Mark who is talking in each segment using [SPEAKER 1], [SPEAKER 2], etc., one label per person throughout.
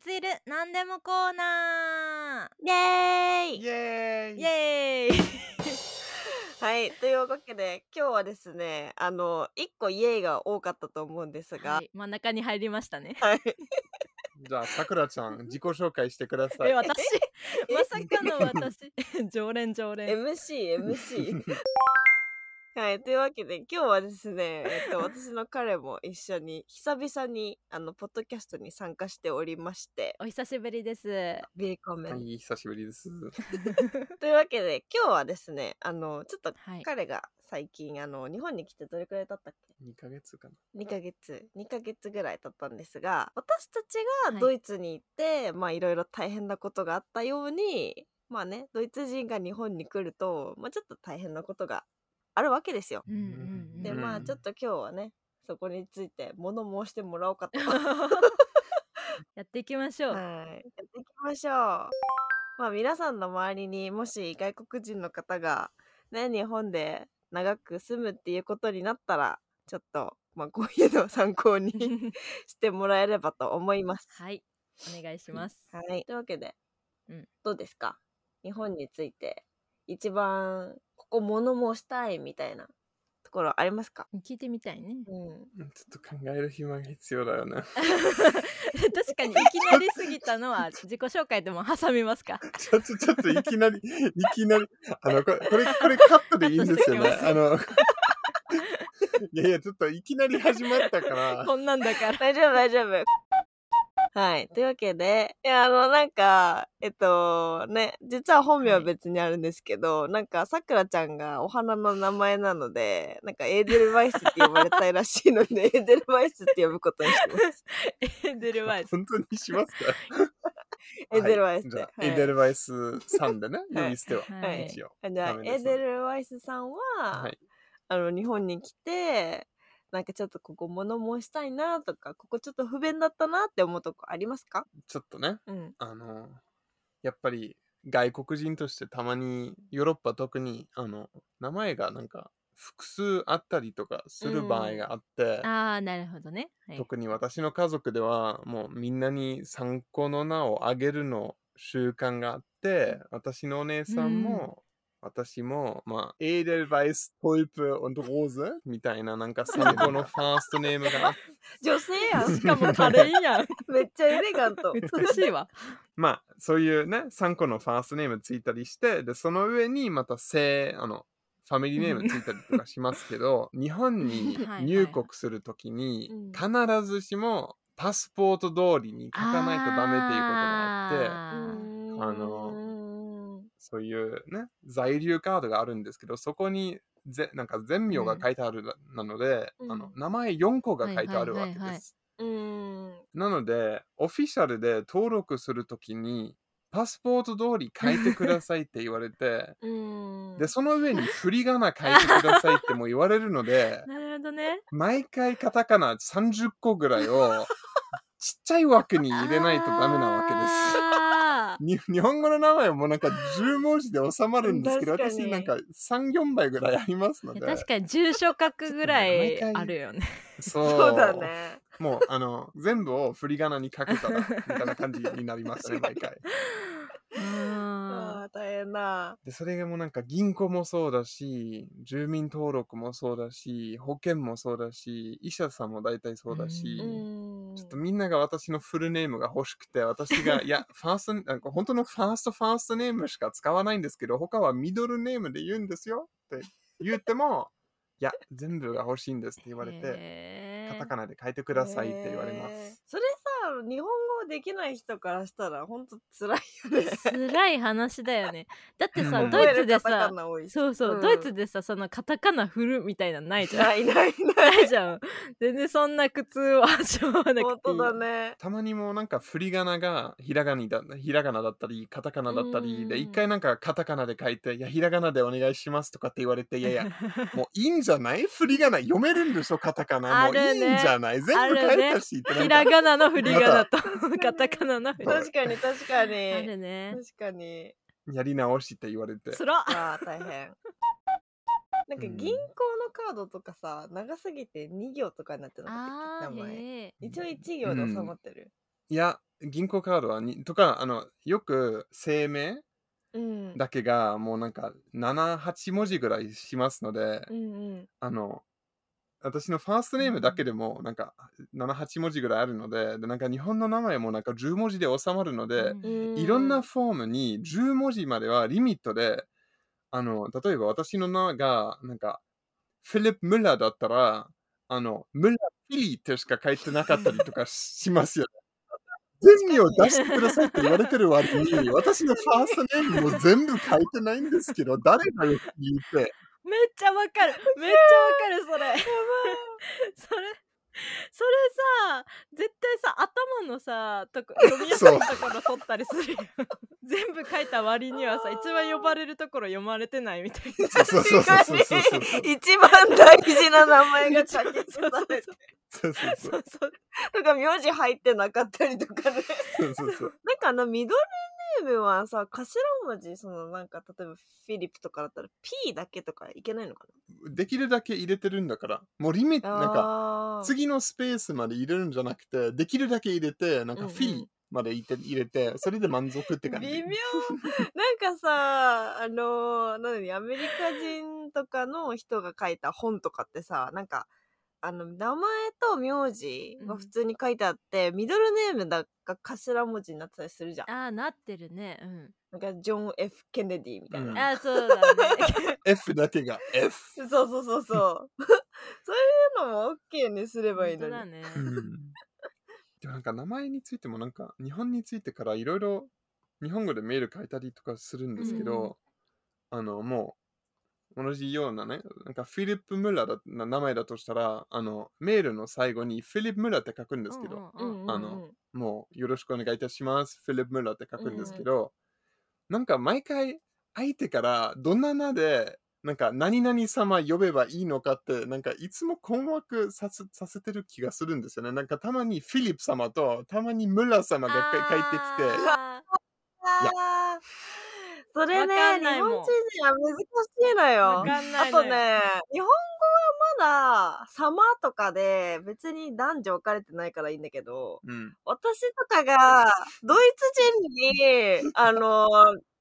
[SPEAKER 1] ついるなんでもコーナ
[SPEAKER 2] イエー
[SPEAKER 3] イ
[SPEAKER 2] イ
[SPEAKER 3] エ
[SPEAKER 1] ー
[SPEAKER 3] ー
[SPEAKER 1] イ
[SPEAKER 3] イ
[SPEAKER 1] エーイ
[SPEAKER 2] はいというわけで今日はですねあの一個イエーイが多かったと思うんですが、
[SPEAKER 1] はい真ん中に入りましたね
[SPEAKER 2] はい
[SPEAKER 3] じゃあ、さくらちゃん、自己紹介してくださ
[SPEAKER 1] え
[SPEAKER 3] い。
[SPEAKER 1] 私まさかの私常連常連
[SPEAKER 2] MC MC はいというわけで今日はですね、えっと、私の彼も一緒に久々にあのポッドキャストに参加しておりまして
[SPEAKER 1] お久しぶりです
[SPEAKER 2] ビリコメン、
[SPEAKER 3] はい、久しぶりです。
[SPEAKER 2] というわけで今日はですねあのちょっと
[SPEAKER 1] はい
[SPEAKER 2] 彼が最近あの日本に来てどれくらい経ったっけ
[SPEAKER 3] 2ヶ月かな。
[SPEAKER 2] 2ヶ月2ヶ月ぐらい経ったんですが私たち
[SPEAKER 1] は
[SPEAKER 2] が
[SPEAKER 1] い
[SPEAKER 2] ドイツに行って、い、まあいろいろ大変なことがあったようにまあねドイツ人が日本に来ると、まあ、ちょっと大変なことがあるわけですよ。
[SPEAKER 1] うんうんうん
[SPEAKER 2] で
[SPEAKER 3] うん
[SPEAKER 2] まあちょっと今日はねそこについて物申してもらおうかと。
[SPEAKER 1] やっていきましょう、
[SPEAKER 2] はい、やっていきましょう。まあ皆さんの周りにもし外国人の方がね日本で長く住むっていうことになったらちょっとまあこういうのを参考にしてもらえればと思います。
[SPEAKER 1] はいお願いします
[SPEAKER 2] はい、というわけで、
[SPEAKER 1] うん
[SPEAKER 2] どうですか日本について一番ここ物申したいみたいなところありますか、
[SPEAKER 1] 聞いてみたいね
[SPEAKER 2] うん、
[SPEAKER 3] うんちょっと考える暇が必要だよ な。
[SPEAKER 1] 確かにいきなりすぎたのは自己紹介でも挟みますか
[SPEAKER 3] ちょっと、ちょっといきなり、いきなり、あの、これ、これ、これカットでいいんですよね。
[SPEAKER 1] カットして
[SPEAKER 3] あの、いやいや、ちょっといきなり始まったから、
[SPEAKER 1] こんなんだから
[SPEAKER 2] 大丈夫大丈夫。はい。というわけで、いや、あの、なんか、えっと、ね、実は本名は
[SPEAKER 1] はい
[SPEAKER 2] 別にあるんですけど、なんか、さくらちゃんがお花の名前なので、なんか、エーデルワイスって呼ばれたいらしいので、エ ーデルワイスって呼ぶことにしてます。
[SPEAKER 1] エンデルワイス
[SPEAKER 3] 本当にしますか
[SPEAKER 2] エーデルワイス
[SPEAKER 3] は
[SPEAKER 2] で。
[SPEAKER 3] いじゃあ、
[SPEAKER 2] はい
[SPEAKER 3] エーデルワイスさんでね、呼び捨ては。
[SPEAKER 1] はい
[SPEAKER 3] 一応。
[SPEAKER 2] あじゃあ
[SPEAKER 3] ダ、メ
[SPEAKER 2] エ
[SPEAKER 3] で
[SPEAKER 2] ー
[SPEAKER 3] す
[SPEAKER 2] デルワイスさんは、
[SPEAKER 3] はい。
[SPEAKER 2] あの、日本に来て、なんかちょっとここ物申したいなとか、ここちょっと不便だったなって思うとこありますか
[SPEAKER 3] ちょっとね、
[SPEAKER 2] うん。
[SPEAKER 3] あの、やっぱり外国人としてたまに、ヨーロッパ特に、あの、名前がなんか複数あったりとかする場合があって、
[SPEAKER 1] ああなるほどね、はい、
[SPEAKER 3] 特に私の家族ではもうみんなに参考の名をあげるの習慣があって私のお姉さんも、私もまあエーデルバイストイプオンドローズみたいななんか参考のファーストネームがあって
[SPEAKER 2] 女性やん。
[SPEAKER 1] しかも軽 い やん
[SPEAKER 2] めっちゃエレガント。
[SPEAKER 1] 美しいわ
[SPEAKER 3] まあそういうね3個のファーストネームついたりしてでその上にまた姓あのファミリーネームついたりとかしますけど 日本に
[SPEAKER 1] はい
[SPEAKER 3] 入国するときに
[SPEAKER 2] う
[SPEAKER 3] 必ずしもパスポート通りに書かないとダメっていうことがあってあの
[SPEAKER 2] の
[SPEAKER 3] そういうね、在留カードがあるんですけど、そこにぜなんか全名が書いてあるらなので、
[SPEAKER 2] うん
[SPEAKER 3] あの名前4個が書いてある
[SPEAKER 1] は
[SPEAKER 3] わ
[SPEAKER 1] い
[SPEAKER 3] け
[SPEAKER 1] はい
[SPEAKER 3] です。
[SPEAKER 1] はいはい
[SPEAKER 2] うん、
[SPEAKER 3] なので、オフィシャルで登録するときに、パスポート通り書いてくださいって言われて
[SPEAKER 2] うん
[SPEAKER 3] で、その上に振り仮名書いてくださいっても言われるので、
[SPEAKER 1] なるほどね
[SPEAKER 3] 毎回カタカナ30個ぐらいをちっちゃい枠に入れないとダメなわけです。
[SPEAKER 1] で
[SPEAKER 3] に日本語の名前もなんか10文字で収まるんですけど
[SPEAKER 2] 確かに
[SPEAKER 3] 私なんか34倍ぐらいありますので
[SPEAKER 1] 確かに住所書くぐらいあるよね
[SPEAKER 3] そう
[SPEAKER 2] そうだね。
[SPEAKER 3] もうあの全部を振り仮名にかけたらみたいな感じになります ね
[SPEAKER 2] 確
[SPEAKER 3] 毎回
[SPEAKER 1] うん
[SPEAKER 2] あー大変だ。
[SPEAKER 3] でそれがもうなんか銀行もそうだし住民登録もそうだし保険もそうだし医者さんも大体そうだし、
[SPEAKER 1] う
[SPEAKER 2] うん
[SPEAKER 3] ちょっとみんなが私のフルネームが欲しくて、私が、いや、ファースト、なんか本当のファースト、ファーストネームしか使わないんですけど、他はミドルネームで言うんですよって言っても、いや、全部が欲しいんですって言われて、
[SPEAKER 1] へ
[SPEAKER 3] カ
[SPEAKER 1] ー
[SPEAKER 3] タカナで書いてくださいって言われます。。
[SPEAKER 2] それさ、日本語できない人からしたら本当辛いよね。
[SPEAKER 1] 辛い話だよねだってさ
[SPEAKER 3] うん
[SPEAKER 1] ドイツ で
[SPEAKER 2] 覚えるカタ
[SPEAKER 1] さ
[SPEAKER 2] カナ多いし
[SPEAKER 1] そうそう、
[SPEAKER 2] うん
[SPEAKER 1] ドイツでさそのカタカナ振るみたいなのないじゃん
[SPEAKER 2] ないないな
[SPEAKER 1] ない
[SPEAKER 2] い。
[SPEAKER 1] じゃん全然そんな苦痛はしょうがな
[SPEAKER 2] 本
[SPEAKER 1] くてい
[SPEAKER 2] 当
[SPEAKER 1] い
[SPEAKER 2] だね。
[SPEAKER 3] たまにもうなんか振り仮名がひらがにだひらがなだったりカタカナだった
[SPEAKER 2] う
[SPEAKER 3] り
[SPEAKER 2] ん
[SPEAKER 3] で一回なんかカタカナで書いて「いやひらがなでお願いします」とかって言われて「いやい やもういいんじゃない振り仮名読めるんでしょカタカナ
[SPEAKER 1] あ
[SPEAKER 3] もうい
[SPEAKER 1] るね
[SPEAKER 3] いんじゃない全
[SPEAKER 1] あ
[SPEAKER 3] 部
[SPEAKER 1] る
[SPEAKER 3] 書
[SPEAKER 1] ね
[SPEAKER 3] いたし」ってなん
[SPEAKER 1] ひ
[SPEAKER 3] から
[SPEAKER 1] がなの振り仮名
[SPEAKER 3] ま
[SPEAKER 1] と
[SPEAKER 2] に
[SPEAKER 1] カタカナの振り
[SPEAKER 3] はい
[SPEAKER 2] 確かに確かに。
[SPEAKER 1] あるね
[SPEAKER 2] 確かに。
[SPEAKER 3] やり直しって言われて
[SPEAKER 1] つら
[SPEAKER 2] ああ、大変。なんか
[SPEAKER 3] うん
[SPEAKER 2] 銀行のカードとかさ、長すぎて2行とかになってなかったっけ
[SPEAKER 1] あ
[SPEAKER 2] 名前。
[SPEAKER 1] へえ
[SPEAKER 2] 一応1行で収まってる。
[SPEAKER 3] いや、銀行カードはに、とか、あの、よく声明
[SPEAKER 2] うん。
[SPEAKER 3] だけがもうなんか7、8文字ぐらいしますので
[SPEAKER 2] う、んうん。
[SPEAKER 3] あの、私のファーストネームだけでもなんか7、8文字ぐらいあるので、でなんか日本の名前もなんか10文字で収まるので、
[SPEAKER 1] うん
[SPEAKER 3] いろんなフォームに10文字まではリミットで、あの、例えば私の名が、なんか、フィリップ・ムラーだったら、あの、ムラ・フィリーってしか書いてなかったりとかしますよね。 全部を出してくださいって言われてる割に、私のファーストネームも全部書いてないんですけど、誰が 言って、
[SPEAKER 1] めっちゃわかるめっちゃわかるそれそれそれさ絶対さ頭のさとこ読みやすい
[SPEAKER 3] そう
[SPEAKER 1] ところ取ったりするよ 全部書いた割にはさ一番呼ばれるところ読まれてないみたいな
[SPEAKER 3] そうそうそうそうそうそう
[SPEAKER 2] 一番大事な名前 が書けて
[SPEAKER 1] そう
[SPEAKER 2] な
[SPEAKER 1] そ
[SPEAKER 2] いう
[SPEAKER 1] そう
[SPEAKER 3] そうそうそ
[SPEAKER 1] そううそう
[SPEAKER 2] とか名字入ってなかったりとかね。
[SPEAKER 3] そうそうそう
[SPEAKER 2] なんかあのミドルネームはさ頭文字そのなんか例えばフィリップとかだったら P だけとかいけないのか
[SPEAKER 3] できるだけ入れてるんだから、もうリミット、
[SPEAKER 2] な
[SPEAKER 3] なんか、
[SPEAKER 2] か
[SPEAKER 3] 次のスペースまで入れるんじゃなくてできるだけ入れてなん
[SPEAKER 2] う
[SPEAKER 3] か
[SPEAKER 2] んうん
[SPEAKER 3] フィリーまで入れて入れてそれで満足って感じ
[SPEAKER 2] 微妙 なんかさあのーなんだアメリカ人とかの人が書いた本とかってさなんかあの名前と名字が普通に書いてあって、ミドルネームだが頭文字になってたりするじゃ ん
[SPEAKER 1] ああなってるね
[SPEAKER 2] なんかジョン・ F ・ケネディみたいな、
[SPEAKER 1] う
[SPEAKER 3] うんん
[SPEAKER 1] あーそうだね
[SPEAKER 3] F だけが F
[SPEAKER 2] そうそうそう そうそういうのも OK にすればいい
[SPEAKER 1] 本
[SPEAKER 2] の
[SPEAKER 1] 当
[SPEAKER 2] に
[SPEAKER 1] だね
[SPEAKER 3] でもなんか名前についてもなんか日本についてからいろいろ日本語でメール書いたりとかするんですけど、あのもう同じようなねなんかフィリップ・ムラーだな名前だとしたらあのメールの最後にフィリップ・ムラーって書くんですけど、
[SPEAKER 1] うんうんうん
[SPEAKER 3] あのもうよろしくお願いいたします。フィリップ・ムラーって書くんですけど、なんか毎回相手からどんな名で、なんか何々様呼べばいいのかって、なんかいつも困惑させさせてる気がするんですよね。なんかたまにフィリップ様と、たまにムラー様がか帰ってきて、
[SPEAKER 1] あ
[SPEAKER 2] あーそれ
[SPEAKER 1] わ
[SPEAKER 2] ね
[SPEAKER 1] かん
[SPEAKER 2] 日
[SPEAKER 1] ないも
[SPEAKER 2] 本
[SPEAKER 1] ん
[SPEAKER 2] 人には難しいの
[SPEAKER 1] ー
[SPEAKER 2] よ。
[SPEAKER 1] わかんない
[SPEAKER 2] あと ね日本語はまだ「様」とかで別に男女分かれてないからいいんだけど
[SPEAKER 3] うん、
[SPEAKER 2] 私とかがドイツ人にあの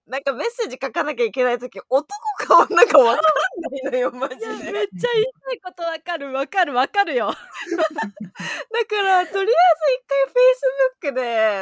[SPEAKER 2] なんかメッセージ書かなきゃいけない時男か女か分かんないのよマジ
[SPEAKER 1] いやめっちゃ
[SPEAKER 2] で。
[SPEAKER 1] 言いたいことわかるわかるわかるよ
[SPEAKER 2] だからとりあえず一回 Facebook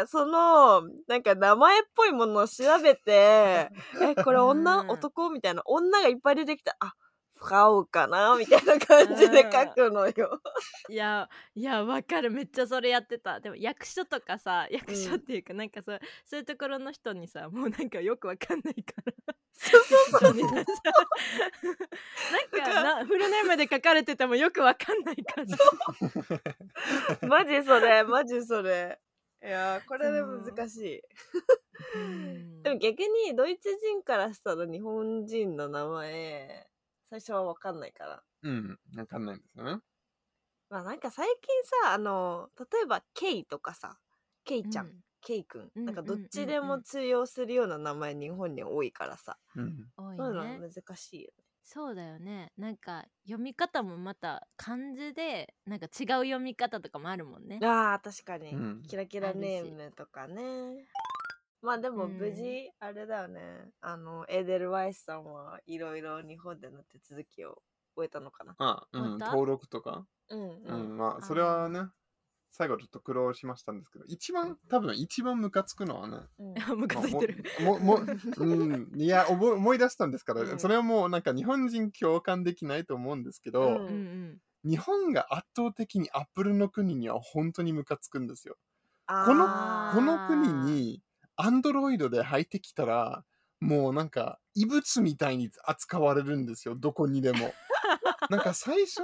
[SPEAKER 2] でそのなんか名前っぽいものを調 べてえこれ女
[SPEAKER 1] うん
[SPEAKER 2] 男みたいな女がいっぱい出てきたあフラウかなみたいな感じで書く のよ。
[SPEAKER 1] いやいやわかるめっちゃそれやってたでも役所とかさ役所っていうか、なんかそうそういうところの人にさもうなんかよくわかんないからそうそうそうなんか なフルネームで書かれててもよくわかんないから
[SPEAKER 2] マジそれマジそれ。いやーこれで難しい。
[SPEAKER 1] うん
[SPEAKER 2] でも逆にドイツ人からしたら日本人の名前最初は分かんないから。
[SPEAKER 3] うん、わかんないんですよね。
[SPEAKER 2] まあなんか最近さあの例えばケイとかさケイちゃん、
[SPEAKER 1] うん
[SPEAKER 2] ケイくん
[SPEAKER 1] うん
[SPEAKER 2] なんかどっち
[SPEAKER 1] うん
[SPEAKER 2] で
[SPEAKER 1] うんうんう
[SPEAKER 2] も
[SPEAKER 1] ん
[SPEAKER 2] 通用するような名前日本に多いからさ
[SPEAKER 3] うん、
[SPEAKER 1] 多い
[SPEAKER 2] そういうのは
[SPEAKER 1] ね
[SPEAKER 2] 難しいよ
[SPEAKER 1] そうだよねなんか読み方もまた漢字でなんか違う読み方とかもあるもんね
[SPEAKER 2] ね。ああ確かに、
[SPEAKER 3] うん
[SPEAKER 2] キラキラネームとかね。まあでも無事あれだよね、あのエーデル・ワイスさんはいろいろ日本での手続きを終えたのかな。
[SPEAKER 3] あ、うん、
[SPEAKER 1] また
[SPEAKER 3] 登録とか、
[SPEAKER 2] うん
[SPEAKER 3] う
[SPEAKER 2] うん
[SPEAKER 3] ん、まあ、それはね、最後ちょっと苦労しましたんですけど、一番、多分一番ムカつくのはね、
[SPEAKER 2] う ん
[SPEAKER 1] ムカついてる
[SPEAKER 3] ま あもももうん、いや覚え思い出したんですから、
[SPEAKER 2] うん
[SPEAKER 3] それはもうなんか日本人共感できないと思うんですけど、
[SPEAKER 2] うん
[SPEAKER 1] うん
[SPEAKER 3] 日本が圧倒的にアップルの国には本当にムカつくんですよ。この
[SPEAKER 2] あー
[SPEAKER 3] この国にアンドロイドで入ってきたらもうなんか異物みたいに扱われるんですよどこにで も。なんか最初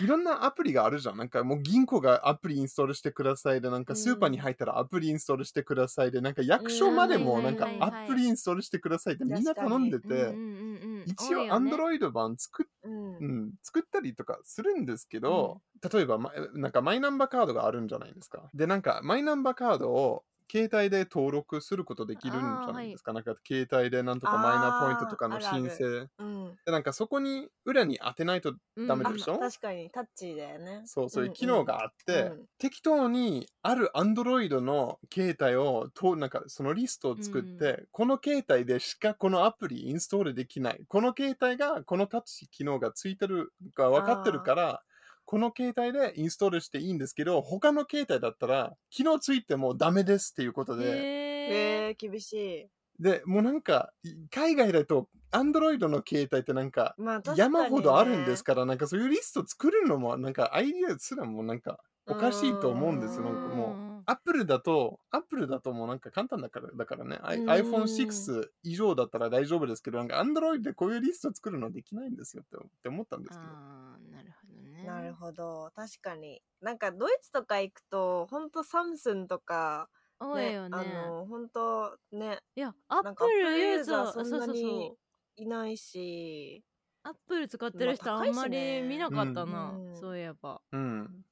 [SPEAKER 3] いろんなアプリがあるじゃんなんかもう銀行がアプリインストールしてくださいでなんかスーパーに入ったらアプリインストールしてくださいでなんか役所までもなんか
[SPEAKER 1] うんはいはいはいはい
[SPEAKER 3] アプリインストールしてくださいってみんな頼んで
[SPEAKER 1] うんうんうん
[SPEAKER 3] て
[SPEAKER 1] うんうん
[SPEAKER 3] 一
[SPEAKER 1] 多い
[SPEAKER 3] 応
[SPEAKER 1] よ
[SPEAKER 3] アン
[SPEAKER 1] ね
[SPEAKER 3] ドロイド版作っ
[SPEAKER 2] うん
[SPEAKER 3] うん、作ったりとかするんですけど、例えば、ま、なんかマイナンバーカードがあるんじゃないですか。で、なんかマイナンバーカードを携帯で登録することできるんじゃないですか。なんか携帯でなんとかマイナポイントとか
[SPEAKER 2] あ
[SPEAKER 3] の
[SPEAKER 2] ーあるあ
[SPEAKER 3] 申
[SPEAKER 2] る
[SPEAKER 3] 請。
[SPEAKER 2] うん
[SPEAKER 3] でなんかそこに裏に当てないと、ダメ
[SPEAKER 2] あ
[SPEAKER 3] でしょ
[SPEAKER 2] 確かにタッチだよね
[SPEAKER 3] そう、そういう機
[SPEAKER 2] ん
[SPEAKER 3] 能
[SPEAKER 2] ん
[SPEAKER 3] があっ
[SPEAKER 2] う
[SPEAKER 3] て、
[SPEAKER 2] ん
[SPEAKER 3] 適当にある Android の携帯をと、なんかそのリストを作って、この携帯でしかこのアプリインストールできない。この携帯がこのタッチ機能がついてるが分かってるから、この携帯でインストールしていいんですけど、他の携帯だったら、機能ついてもダメですっていうことで、
[SPEAKER 1] へー
[SPEAKER 2] えー、厳しい
[SPEAKER 3] で、もうなんか、い海外だと Android の携帯ってなんか、
[SPEAKER 2] まあ確かに、ね、
[SPEAKER 3] 山ほどあるんですから、なんかそういうリスト作るのも、なんかアイディアすらもなんかおかしいと思うんですよ。
[SPEAKER 2] う
[SPEAKER 3] なんんかもう、アップルだと、アップルだともうなんか簡単だから、だからね、I-
[SPEAKER 2] うん
[SPEAKER 3] iPhone6 以上だったら大丈夫ですけど、なんか Android でこういうリスト作るのできないんですよってって思ったんですけど。
[SPEAKER 1] あーなるほどね
[SPEAKER 2] なるほど確かになんかドイツとか行くとほんとサムスンとか、
[SPEAKER 1] 多い
[SPEAKER 2] ね、
[SPEAKER 1] よね
[SPEAKER 2] あのほんとね
[SPEAKER 1] いやア
[SPEAKER 2] なん
[SPEAKER 1] ップ
[SPEAKER 2] か Apple
[SPEAKER 1] ルユ
[SPEAKER 2] ユ
[SPEAKER 1] ー
[SPEAKER 2] ーザ
[SPEAKER 1] ザ
[SPEAKER 2] ー
[SPEAKER 1] ーそう
[SPEAKER 2] そんな
[SPEAKER 1] そう
[SPEAKER 2] に
[SPEAKER 1] そう
[SPEAKER 2] いないし
[SPEAKER 1] アップル使ってる人
[SPEAKER 2] まあ
[SPEAKER 1] あ
[SPEAKER 2] 高い
[SPEAKER 1] ん
[SPEAKER 2] しね
[SPEAKER 1] まり見なかったな、
[SPEAKER 2] うん
[SPEAKER 1] そういえば
[SPEAKER 3] うん。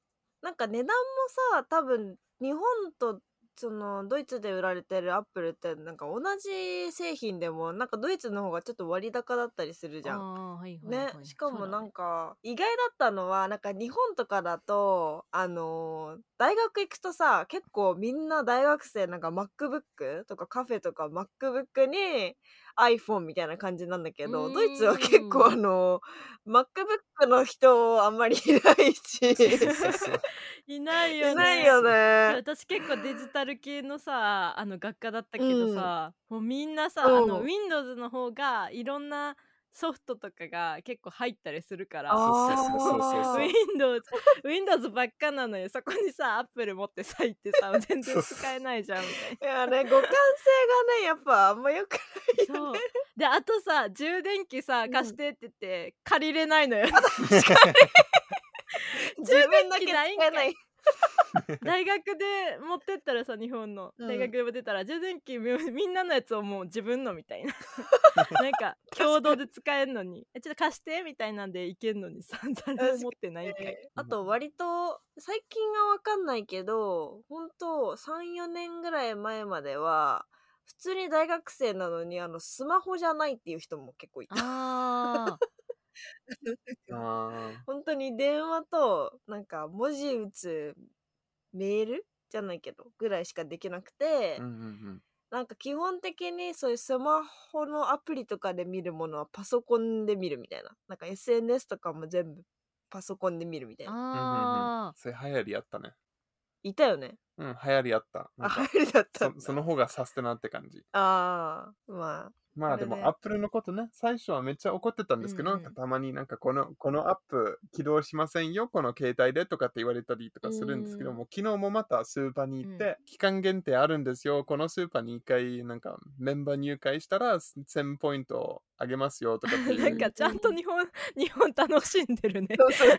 [SPEAKER 2] なんか値段もさ多分日本とそのドイツで売られてるアップルってなんか同じ製品でもなんかドイツの方がちょっと割高だったりするじゃん。
[SPEAKER 1] あーはいはい
[SPEAKER 2] ね
[SPEAKER 1] はい、
[SPEAKER 2] しかもなん
[SPEAKER 1] か
[SPEAKER 2] か、意外だったのはなんか日本とかだとあのー大学行くとさ結構みんな大学生なんか MacBook とかカフェとか MacBook に iPhone みたいな感じなんだけど
[SPEAKER 1] うーん
[SPEAKER 2] ドイツは結構あのー MacBook の人あんまりいないし
[SPEAKER 3] そうそうそう。
[SPEAKER 1] いないよね
[SPEAKER 2] いないよ
[SPEAKER 1] いや
[SPEAKER 2] ね。
[SPEAKER 1] 私結構デジタル系のさあの学科だったけどさ、もうみんなさ、
[SPEAKER 2] うん
[SPEAKER 1] あの Windows の方がいろんなソフトとかが結構入ったりするから
[SPEAKER 3] ー
[SPEAKER 1] Windows Windows ばっかなのよそこにさ Apple 持ってさ行ってさ全然使えないじゃんみたいな。
[SPEAKER 2] いやね、互換性がね、やっぱあんまよ くないよ
[SPEAKER 1] そう
[SPEAKER 2] ね。
[SPEAKER 1] であとさ充電器さ貸してって言って、借りれないのよ
[SPEAKER 2] 自分だけ使え
[SPEAKER 1] 充電器
[SPEAKER 2] な
[SPEAKER 1] ない い。大学で持ってったらさ日本の
[SPEAKER 2] うん
[SPEAKER 1] 大学で持ってったら充電器み みんなのやつをもう自分のみたいななんか共同で使えるのにえちょっと貸してみたいなんでいけんのにさ誰も持ってないんかい
[SPEAKER 2] あと割と最近はわかんないけど本当34年ぐらい前までは普通に大学生なのにあのスマホじゃないっていう人も結構いた
[SPEAKER 1] あ ー
[SPEAKER 3] あ
[SPEAKER 2] 本当に電話となんか文字打つメールじゃないけどぐらいしかできなくて、
[SPEAKER 3] ーうんうん
[SPEAKER 2] なんか基本的にそういうスマホのアプリとかで見るものはパソコンで見るみたいななんか SNS とかも全部パソコンで見るみたいな
[SPEAKER 3] うん。うんうんうん
[SPEAKER 1] あー
[SPEAKER 3] それ流行りあったね。
[SPEAKER 2] いたよね
[SPEAKER 3] うん、流行りあった。なん
[SPEAKER 2] あ
[SPEAKER 3] か
[SPEAKER 2] 流行りだった
[SPEAKER 3] そその方がサステナって感じ。
[SPEAKER 2] ああま あ
[SPEAKER 3] まあ
[SPEAKER 2] あれ
[SPEAKER 3] で
[SPEAKER 2] ね
[SPEAKER 3] も、アップルのことね、最初はめっちゃ怒ってたんですけど、
[SPEAKER 1] うんうん
[SPEAKER 3] なんかたまになんかこの、このアップ起動しませんよ、この携帯でとかって言われたりとかするんですけど
[SPEAKER 2] うん
[SPEAKER 3] も、昨日もまたスーパーに行って、期間限定あるんですよ、このスーパーに一回なんかメンバー入会したら1000ポイントあげますよとかっていう。
[SPEAKER 1] なんかちゃんと日本 日本楽しんでるね
[SPEAKER 2] そうそう
[SPEAKER 3] なん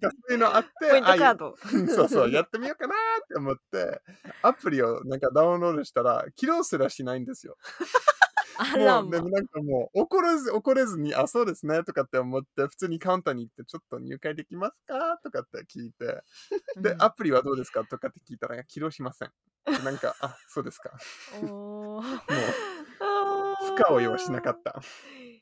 [SPEAKER 3] かそういうのあって、
[SPEAKER 2] ポイント
[SPEAKER 3] あ
[SPEAKER 2] カード
[SPEAKER 3] そうそう、やってみようかなーって思って、アプリをなんかダウンロードしたら、起動すらしないんですよ。
[SPEAKER 1] あら
[SPEAKER 3] もう、
[SPEAKER 1] ま
[SPEAKER 3] でもなんかもう、怒れず、怒れずに、あ、そうですね、とかって思って、普通にカウンターに行って、ちょっと入会できますかとかって聞いて、で、
[SPEAKER 1] うん
[SPEAKER 3] アプリはどうですかとかって聞いたら、起動しません。でなんか、あ、そうですか。
[SPEAKER 1] おー
[SPEAKER 3] も
[SPEAKER 2] あ
[SPEAKER 3] う、
[SPEAKER 2] ー
[SPEAKER 3] 負荷を要しなかった。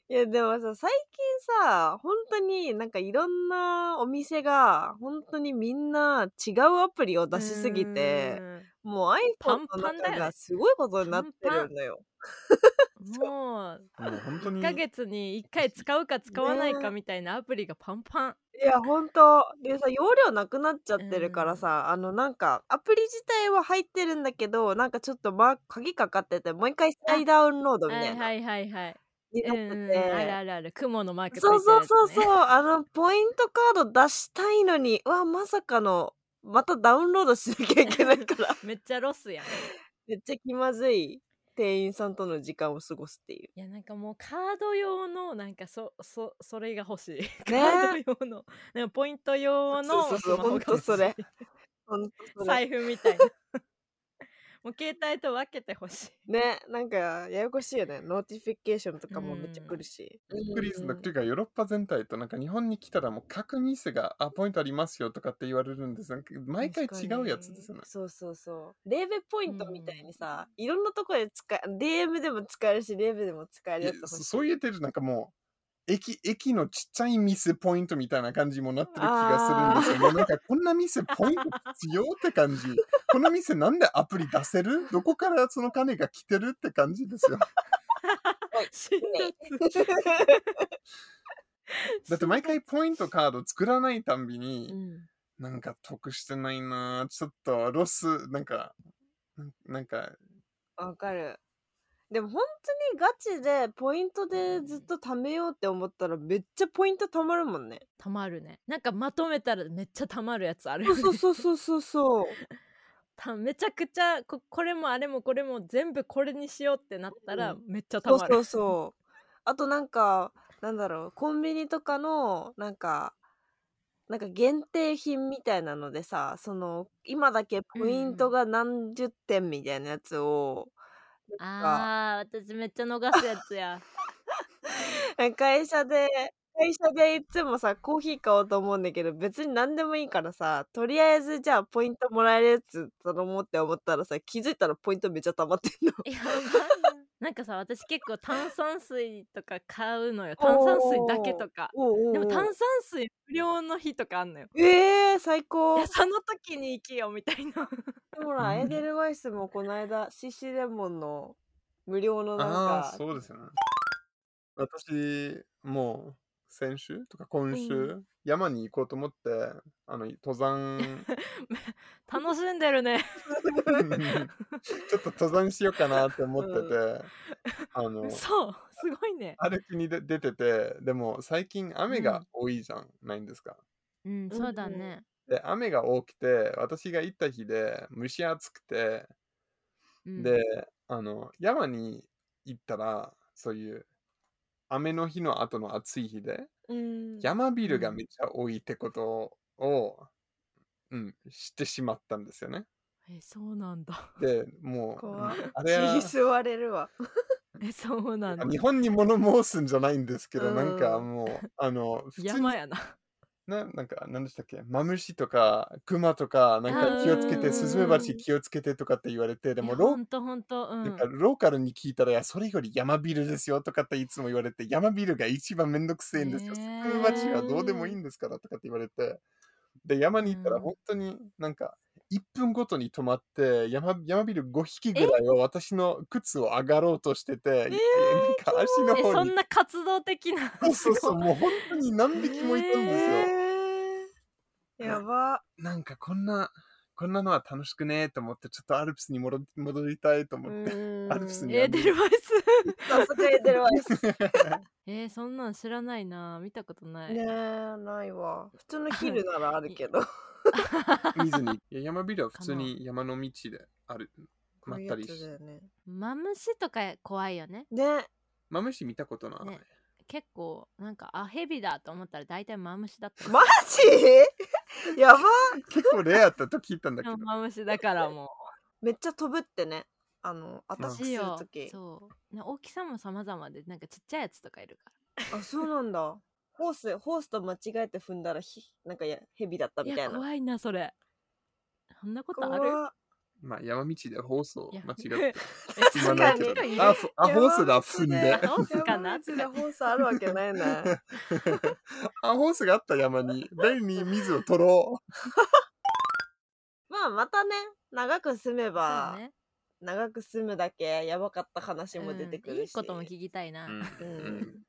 [SPEAKER 2] いやでもさ最近さ本当になんかいろんなお店が本当にみんな違うアプリを出しすぎてもう iPhone の
[SPEAKER 1] パンパンだよ
[SPEAKER 2] 中
[SPEAKER 1] ね
[SPEAKER 2] がすごいことになってるのよ。
[SPEAKER 1] うんもう
[SPEAKER 3] もう本
[SPEAKER 1] 1
[SPEAKER 3] 当に。
[SPEAKER 1] ヶ月に1回使うか使わないかみたいなアプリがパンパン
[SPEAKER 2] いや本当でさ容量なくなっちゃってるからさ、あのなんかアプリ自体は入ってるんだけどなんかちょっと、ま、鍵かかっててもう一回再ダウンロードみ
[SPEAKER 1] は
[SPEAKER 2] た
[SPEAKER 1] い
[SPEAKER 2] いな、
[SPEAKER 1] はいはいはい
[SPEAKER 2] にな
[SPEAKER 1] う
[SPEAKER 2] っ
[SPEAKER 1] ん
[SPEAKER 2] てて、
[SPEAKER 1] うんうん、あるあるある雲のマークついてる
[SPEAKER 2] そう
[SPEAKER 1] やつ、ね、
[SPEAKER 2] そうそ うそう、 あのポイントカード出したいのにうわまさかのまたダウンロードしなきゃいけないから
[SPEAKER 1] めっちゃロスやん
[SPEAKER 2] めっちゃ気まずい店員さんとの時間を過ごすって いう
[SPEAKER 1] いやなんかもうカード用のなんかそそそれが欲しい、カード用のなんかポイント用の
[SPEAKER 2] そうそうそう
[SPEAKER 1] スマホが欲しい
[SPEAKER 2] ほんとそれほんとそれ
[SPEAKER 1] 財布みたいなもう携帯と分けてほしい。
[SPEAKER 2] ねなんかややこしいよねノーティフィケーションとかもめっちゃ来るし、
[SPEAKER 3] グリーズのっていうかヨーロッパ全体となんか日本に来たらもう各ミスがあポイントありますよとかって言われるんですよ毎回違うやつですよね
[SPEAKER 2] 確かにそうそうそうレーベポイントみたいにさ、いろんなところで使え DM でも使えるしレーベでも使えるやつ
[SPEAKER 3] いや
[SPEAKER 2] 欲しい
[SPEAKER 3] そそう言えてるなんかもう駅駅のちっちゃいミスポイントみたいな感じもなってる気がするんですよね。なんかこんなミスポイント必要って 感じ。この店なんでアプリ出せるどこからその金が来てるって感じ ですよ。
[SPEAKER 1] 辛辣
[SPEAKER 3] だって毎回ポイントカード作らないたんびに、
[SPEAKER 2] うん
[SPEAKER 3] なんか得してないなぁちょっとロス、なんか、なんなんか、
[SPEAKER 2] わかるでも本当にガチでポイントでずっと貯めようって思ったらめっちゃポイント貯まるもんね
[SPEAKER 1] たまるね。なんかまとめたらめっちゃたまるやつあるよね。
[SPEAKER 2] そうそうそうそう そう
[SPEAKER 1] ためちゃくちゃここれもあれもこれも全部これにしようってなったら
[SPEAKER 2] う
[SPEAKER 1] めっちゃた
[SPEAKER 2] そう
[SPEAKER 1] まる。
[SPEAKER 2] そうそうあとなんかなんだろうコンビニとかのなんかなんか限定品みたいなのでさその今だけポイントが何十点みたいなやつを、
[SPEAKER 1] ああー私めっちゃ逃すやつや。
[SPEAKER 2] 会社で会社でいつもさコーヒー買おうと思うんだけど別に何でもいいからさとりあえずじゃあポイントもらえるやつ頼もうって思ったらさ気づいたらポイントめっちゃ溜まってん の。
[SPEAKER 1] やばいな。なんかさ私結構炭酸水とか買うのよ炭酸水だけとか
[SPEAKER 2] おうおうおう
[SPEAKER 1] でも炭酸水無料の日とかあんのよ
[SPEAKER 2] えー、最
[SPEAKER 1] い
[SPEAKER 2] 高
[SPEAKER 1] やその時に行きよみたい な
[SPEAKER 2] ほら、
[SPEAKER 3] うん
[SPEAKER 2] エーデルワイスもこの間、シシレモンの無料のなん
[SPEAKER 3] ああー、
[SPEAKER 2] か、
[SPEAKER 3] そうですよね。私、もう、先週とか今週、
[SPEAKER 1] う
[SPEAKER 3] 山に行こうと思って、あの、登山、
[SPEAKER 1] 楽しんでるね
[SPEAKER 3] ちょっと登山しようかなって思ってて、あの、
[SPEAKER 1] そうすごいね
[SPEAKER 3] 歩きにで出てて、でも最近雨が多いじゃん、ないんですか。
[SPEAKER 1] うん
[SPEAKER 2] そうだね
[SPEAKER 3] で、雨が多くて、私が行った日で蒸し暑くて、で、あの、山に行ったら、そういう、雨の日の後の暑い日で、
[SPEAKER 2] うん
[SPEAKER 3] 山ビルが
[SPEAKER 1] うん
[SPEAKER 3] めっちゃ多いってことを、うん、知ってしまったんですよね。
[SPEAKER 1] えそうなんだ
[SPEAKER 3] で、もう、
[SPEAKER 2] 怖っ
[SPEAKER 3] あれは
[SPEAKER 2] 血、吸われるわ。
[SPEAKER 1] えそうなんだ
[SPEAKER 3] 日本に物申すんじゃないんですけ
[SPEAKER 2] う
[SPEAKER 3] ど、
[SPEAKER 2] ん
[SPEAKER 3] なんかもう、あの、普通に
[SPEAKER 1] 山やな
[SPEAKER 3] な、なんか、何でしたっけ、マムシとか、クマとか、なんか気をつけ
[SPEAKER 1] う
[SPEAKER 3] て、
[SPEAKER 1] ん
[SPEAKER 3] スズメバチ気をつけてとかって言われて、で
[SPEAKER 1] い
[SPEAKER 3] も、
[SPEAKER 1] や
[SPEAKER 3] ロー
[SPEAKER 1] ほんとほんとう
[SPEAKER 3] なん
[SPEAKER 1] ん
[SPEAKER 3] かローカルに聞いたら、いやそれより山ビルですよとかっていつも言われて、山ビルが一番めんどくせえんですよ。
[SPEAKER 1] ねえ
[SPEAKER 3] スズメバチはどうでもいいんですからとかって言われて、で、山に行った
[SPEAKER 1] う
[SPEAKER 3] ら
[SPEAKER 1] ん
[SPEAKER 3] 本当になんか、1分ごとに止まって山、山ビル5匹ぐらいは私の靴を上がろうとしてて、いなんか足の
[SPEAKER 1] えそ
[SPEAKER 3] 方に
[SPEAKER 1] ん、な活動的な
[SPEAKER 3] そうそうそう、
[SPEAKER 1] す
[SPEAKER 3] もう本当に何匹もいたんですよ。
[SPEAKER 2] えー、やば。
[SPEAKER 3] なんかこんな、こんなのは楽しくねえと思って、ちょっとアルプスに戻り戻りたいと思って。 ア
[SPEAKER 2] ア
[SPEAKER 3] ルプス
[SPEAKER 1] ご
[SPEAKER 3] に
[SPEAKER 1] いエーデルワイス
[SPEAKER 2] さすがエーデルワイス。ね
[SPEAKER 1] えー、そんなん知らないな見たことない、
[SPEAKER 2] え、ないわ。普通のヒルならあるけど。
[SPEAKER 3] 水 に。いや山ビルは普通
[SPEAKER 1] かな
[SPEAKER 3] に山の道である。まったりし
[SPEAKER 2] こういうやつだよね。
[SPEAKER 1] マムシとか怖いよね
[SPEAKER 2] ね、
[SPEAKER 3] マムシ見たことない。
[SPEAKER 1] ね結構なんかあヘビだと思ったら大体マムシだった
[SPEAKER 2] マジ やば
[SPEAKER 3] 結構レアだったと聞いたんだけど。
[SPEAKER 1] マムシだからも
[SPEAKER 2] めっちゃ飛ぶってね。あの、アタ
[SPEAKER 1] う
[SPEAKER 2] ックす
[SPEAKER 1] し
[SPEAKER 2] る
[SPEAKER 1] よ
[SPEAKER 2] とき。
[SPEAKER 1] そうね大きさも様々でなんかちっちゃいやつとかいるか
[SPEAKER 2] あ、そうなんだ。ホース、ホースと間違えて踏んだらひ、なんかや、蛇だった
[SPEAKER 1] ら
[SPEAKER 2] み
[SPEAKER 1] い
[SPEAKER 2] た
[SPEAKER 1] や
[SPEAKER 2] いな。
[SPEAKER 1] 怖いなそれそんなことある
[SPEAKER 2] 怖っ
[SPEAKER 3] まあ山道でホースを
[SPEAKER 1] いや
[SPEAKER 3] 間違って。
[SPEAKER 1] え
[SPEAKER 3] 言わないけど
[SPEAKER 1] そんな人い。る
[SPEAKER 3] あ、ふあ
[SPEAKER 2] いや
[SPEAKER 3] ホースだ、踏んで。
[SPEAKER 1] ホースかな
[SPEAKER 2] 山道でホースあるわ けないな。
[SPEAKER 3] あ、ホースがあった山に。便に水を取ろう。
[SPEAKER 2] まあまたね、長く住めば、
[SPEAKER 1] そうね
[SPEAKER 2] 長く住むだけやばかった話も出てく
[SPEAKER 1] うんい
[SPEAKER 2] る
[SPEAKER 1] い
[SPEAKER 2] し。
[SPEAKER 1] ことも聞きたいな、
[SPEAKER 2] う
[SPEAKER 3] うんん。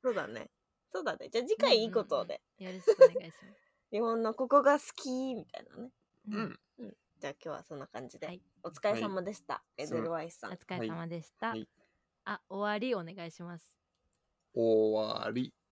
[SPEAKER 2] そうだね。そうだね。じゃあ次回いいことで。
[SPEAKER 1] よろしくお願いします
[SPEAKER 2] 日本のここが好きみたいなね。
[SPEAKER 1] うん
[SPEAKER 3] うん。
[SPEAKER 2] じゃあ今日はそんな感じで。
[SPEAKER 1] はい
[SPEAKER 2] お疲れ様でした。エデルワイスさ
[SPEAKER 1] お
[SPEAKER 2] ん。
[SPEAKER 1] 疲れ様でした、
[SPEAKER 3] はい
[SPEAKER 1] あ終わりお願いします
[SPEAKER 3] 終わり。